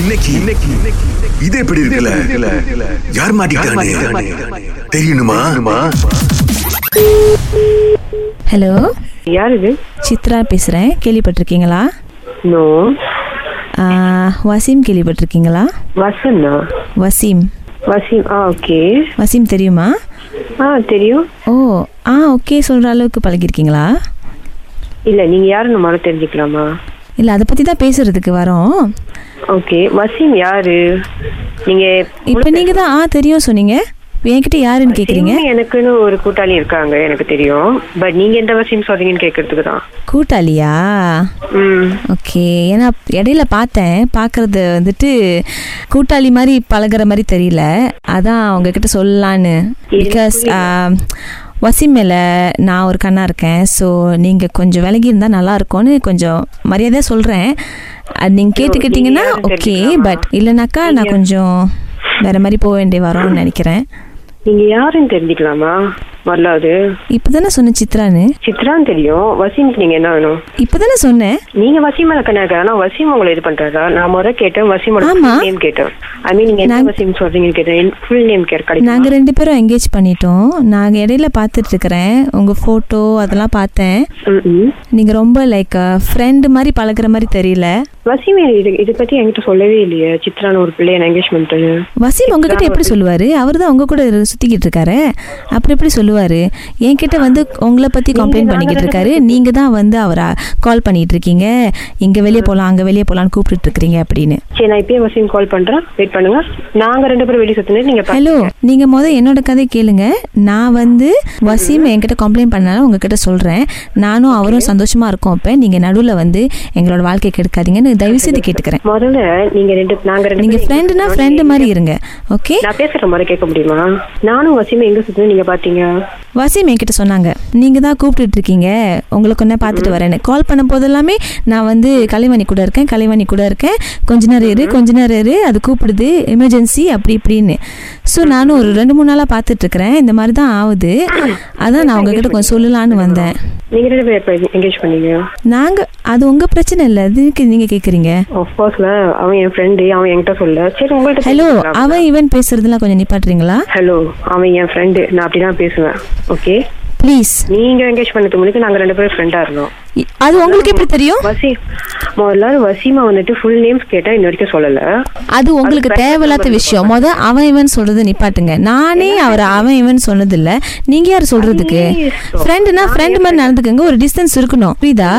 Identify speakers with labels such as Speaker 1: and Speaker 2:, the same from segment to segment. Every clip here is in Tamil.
Speaker 1: இன்னைக்கு இன்னைக்கு இது எப்படி இருக்குல்ல யார் மாட்டிக்கிட்டானே தெரியணுமா
Speaker 2: ஹலோ
Speaker 3: யார் இது
Speaker 2: சித்ரா பேசுகிறேன் கேள்விப்பட்டிருக்கீங்களா
Speaker 3: நோ
Speaker 2: ஆ, வசீம் கேள்விப்பட்டிருக்கீங்களா
Speaker 3: வசனா
Speaker 2: வசீம்
Speaker 3: வசீம் ஆ ஓகே
Speaker 2: வசீம் தெரியுமா
Speaker 3: ஆ தெரியும்
Speaker 2: ஓ ஆ ஓகே சொல்கிற அளவுக்கு பழகிருக்கீங்களா
Speaker 3: இல்ல நீங்க யாருன்னு முதல்ல தெரிஞ்சுக்கலாமா
Speaker 2: இல்லை அதை பற்றி தான் பேசுகிறதுக்கு வரோம்
Speaker 3: ஓகே வசீம் யாரு நீங்க
Speaker 2: இப்போ நீங்கள் தான் ஆ தெரியும் சொன்னீங்க என்கிட்ட யாருன்னு கேட்குறீங்க
Speaker 3: இன்னும் எனக்குன்னு ஒரு கூட்டாளி இருக்காங்க எனக்கு தெரியும் பட் நீங்க எந்த வசீம் சொல்றீங்கன்னு கேக்குறதுக்கு தான்
Speaker 2: கூட்டாளியா
Speaker 3: ம்
Speaker 2: ஓகே ஏன்னா இடையில பார்த்தேன் பார்க்கறது வந்துட்டு கூட்டாளி மாதிரி பழகுற மாதிரி தெரியல அதான் உங்ககிட்ட சொல்லலான்னு பிகாஸ் வசிம் மேலே நான் ஒரு கண்ணா இருக்கேன் ஸோ நீங்கள் கொஞ்சம் விலகி இருந்தால் நல்லா இருக்கும்னு கொஞ்சம் மரியாதையாக சொல்கிறேன் அது நீங்கள் கேட்டுக்கிட்டீங்கன்னா
Speaker 3: நீங்க யாருன்னு
Speaker 2: ஓகே
Speaker 3: தெரிஞ்சுக்கலாமா?
Speaker 2: பட் இல்லைனாக்கா நான் கொஞ்சம் வேற மாதிரி போக வேண்டிய வரோம்னு நினைக்கிறேன்
Speaker 3: நீங்க யாருன்னு தெரிஞ்சுக்கலாமா வரலாது
Speaker 2: இப்போ தானே சொன்னேன் சித்ரான்னு
Speaker 3: சித்ரான்னு தெரியும் வசீம்க்கு நீங்க என்ன வேணும்
Speaker 2: இப்போ தானே சொன்னேன்
Speaker 3: நீங்க வசீம் கணக்கு ஆனா வசீம் உங்களை இது பண்றாரா நான் முறை கேட்டேன் வசீமோட
Speaker 2: ஆமா.
Speaker 3: நேம் கேட்டேன் ஐ மீன் நீங்க என்ன
Speaker 2: நாங்க-
Speaker 3: வசீம் சொல்றீங்கன்னு கேட்டேன் ஃபுல் நேம் கேட்க
Speaker 2: நாங்க
Speaker 3: கிடைக்கும்
Speaker 2: ரெண்டு பேரும் என்கேஜ் பண்ணிட்டோம் நாங்க இடையில பார்த்துட்டு இருக்கிறேன் உங்க போட்டோ அதெல்லாம் பார்த்தேன்
Speaker 3: ம், ம்.
Speaker 2: நீங்க ரொம்ப லைக் ஃப்ரெண்டு மாதிரி பழகுற மாதிரி தெரியல
Speaker 3: வசிம் இது இதை பத்தி என்கிட்ட சொல்லவே இல்லையே சித்ரான ஒரு பிள்ளைய என்கேஜ் பண்ணிட்டது
Speaker 2: வசீம் உங்ககிட்ட எப்படி சொல்லுவாரு அவர் தான் உங்க கூட சுத்திக்கிட்டு இருக்காரு அப்புறம் எப்படி சொல்லுவாரு என்கிட்ட வந்து உங்களை பத்தி கம்ப்ளைண்ட் பண்ணிக்கிட்டு இருக்காரு நீங்க தான் வந்து அவரை கால் பண்ணிட்டு இருக்கீங்க இங்க வெளியே போலாம் அங்க வெளியே போலாம்னு கூப்பிட்டு இருக்கிறீங்க அப்படின்னு
Speaker 3: சரி நான் இப்பயே வசிம் கால் பண்றேன் வெயிட் பண்ணுங்க நாங்க ரெண்டு பேரும் வெளியே சுத்தினே நீங்க பாருங்க.
Speaker 2: ஹலோ நீங்க முத என்னோட கதை கேளுங்க நான் வந்து வசீம் என்கிட்ட கம்ப்ளைண்ட் பண்ணாலும் உங்ககிட்ட சொல்றேன் நானும் அவரும் சந்தோஷமா இருக்கோம் அப்ப நீங்க நடுவுல வந்து எங்களோட வாழ்க்கையை கெடுக்காதீங்கன்னு தயவு செய்து கேட்டுக்கிறேன்
Speaker 3: முதல்ல நீங்க ரெண்டு நாங்க ரெண்டு
Speaker 2: நீங்க
Speaker 3: பேரும்
Speaker 2: ஃப்ரெண்டுனா
Speaker 3: எங்க
Speaker 2: ஃப்ரெண்டு மாதிரி இருங்க ஓகே
Speaker 3: நான் பேசுற மாதிரி கேட்க முடியுமா நானும் வசிமே எங்க சுத்தினே நீங்க பாத்தீங்க
Speaker 2: வசீம் என்கிட்ட சொன்னாங்க நீங்க தான் கூப்பிட்டுட்டு இருக்கீங்க உங்களுக்கு ஒன்றே பார்த்துட்டு வரேன்னு கால் பண்ண போதெல்லாமே நான் வந்து கலைவாணி கூட இருக்கேன் கலைவாணி கூட இருக்கேன் கொஞ்ச நேரம் இரு கொஞ்ச நேரம் இரு அது கூப்பிடுது எமர்ஜென்சி அப்படி இப்படின்னு ஸோ நானும் ஒரு ரெண்டு மூணு நாளாக பார்த்துட்டு இருக்கிறேன் இந்த மாதிரி தான் ஆகுது அதான் நான் உங்ககிட்ட கொஞ்சம் சொல்லலான்னு வந்தேன்
Speaker 3: நீங்க ரெண்டு பேரும் எப்ப என்கேஜ் பண்ணீங்க
Speaker 2: நாங்கள் அது உங்கள் பிரச்சனை இல்லை அதுக்கு நீங்கள் கேட்குறீங்க
Speaker 3: ஆஃப்கோர்ஸ்ல அவன் என் ஃப்ரெண்டு அவன் என்கிட்ட சொல்ல சரி உங்கள்ட்ட
Speaker 2: ஹலோ
Speaker 3: பேசலாம்.
Speaker 2: அவன் ஈவன் பேசுறதுலாம் கொஞ்சம் நிப்பாட்டுறீங்களா
Speaker 3: ஹலோ அவன் என் ஃப்ரெண்டு நான் அப்படிதான் பேசுவேன் ஓகே
Speaker 2: ப்ளீஸ்
Speaker 3: நீங்க என்கேஜ் பண்ணதுக்கு முன்னாடி நாங்க ரெண்டு பேரும் ஃப்ரெண்டா இருந்தோம்
Speaker 2: அது உங்களுக்கு எப்படி தெரியும்
Speaker 3: வசி முதல்ல வசீமா வந்துட்டு ஃபுல் நேம்ஸ் கேட்டா இன்ன வரைக்கும் சொல்லல
Speaker 2: அது உங்களுக்கு தேவையில்லாத விஷயம் முத அவன் இவன் சொல்றது நிப்பாட்டுங்க நானே அவர் அவன் இவன் சொன்னதில்ல நீங்க யார் சொல்றதுக்கு ஃப்ரெண்டுனா ஃப்ரெண்டு மாதிரி நடந்துக்கங்க ஒரு டிஸ்டன்ஸ் இருக்கணும் புரியுதா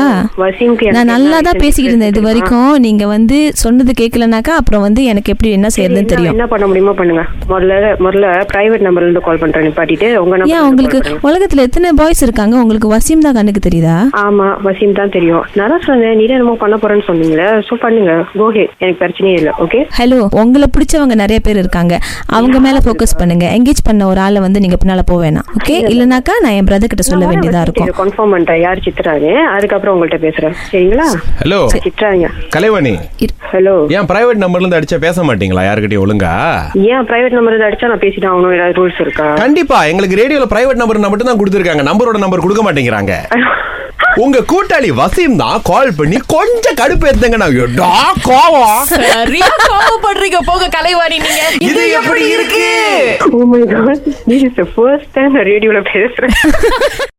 Speaker 3: வசீம்க்கு எனக்கு
Speaker 2: நான் நல்லா தான்
Speaker 3: என்ன
Speaker 2: பேசிக்கிட்டு இருந்தேன் இது வரைக்கும் நீங்க வந்து சொன்னது கேட்கலனாக்கா அப்புறம் வந்து எனக்கு எப்படி என்ன செய்யறதுன்னு
Speaker 3: என்ன-
Speaker 2: தெரியும்
Speaker 3: என்ன பண்ண முடியுமோ பண்ணுங்க முதல்ல முதல்ல பிரைவேட் நம்பர்ல இருந்து கால் பண்றேன் நிப்பாட்டிட்டு உங்க நம்பர்
Speaker 2: ஏன் உங்களுக்கு உலகத்துல எத்தனை பாய்ஸ் இருக்காங்க உங்களுக்கு வசீம் தான் கண்ணுக்கு தெரியுதா
Speaker 3: ஆமா வசீம் தான் தெரியும் நான் தான் சொன்னேன் நீ என்னமோ பண்ண போறேன்னு சொன்னீங்களே சோ பண்ணுங்க கோஹே எனக்கு பிரச்சனையே இல்லை ஓகே
Speaker 2: ஹலோ உங்களை பிடிச்சவங்க நிறைய பேர் இருக்காங்க அவங்க மேல ஃபோக்கஸ் பண்ணுங்க என்கேஜ் பண்ண ஒரு ஆளை வந்து நீங்க பின்னால போக வேணாம் ஓகே இல்லைனாக்கா நான் என் பிரதர் கிட்ட சொல்ல வேண்டியதா இருக்கும்
Speaker 3: கன்ஃபார்ம் பண்றேன் யார் சித்ரான்னு அதுக்கப்புறம் உங்கள்ட்ட பேசுறேன் சரிங்களா
Speaker 4: ஹலோ
Speaker 3: சித்ராங்க
Speaker 4: கலைவாணி
Speaker 3: ஹலோ
Speaker 4: ஏன் பிரைவேட் நம்பர்ல இருந்து அடிச்சா பேச மாட்டீங்களா யாருக்கிட்டயும் ஒழுங்கா
Speaker 3: ஏன் பிரைவேட் நம்பர் அடிச்சா நான் பேசிட்டு ஆகணும் ஏதாவது ரூல்ஸ் இருக்கா
Speaker 4: கண்டிப்பா எங்களுக்கு ரேடியோல பிரைவேட் நம்பர் மட்டும் தான் கொடுத்துருக்காங்க நம்பரோட நம்பர் கொடுக்க மாட்டேங்கிறாங்க உங்க கூட்டாளி வசீம் தான் கால் பண்ணி கொஞ்சம் கடுப்பு எடுத்தங்க நான் கோவம்
Speaker 5: சரியா கோவப்படுறீங்க போங்க கலைவாணி நீங்க
Speaker 4: இது எப்படி இருக்கு
Speaker 3: oh my god this is the first time நான் ரேடியோல பேசுறேன்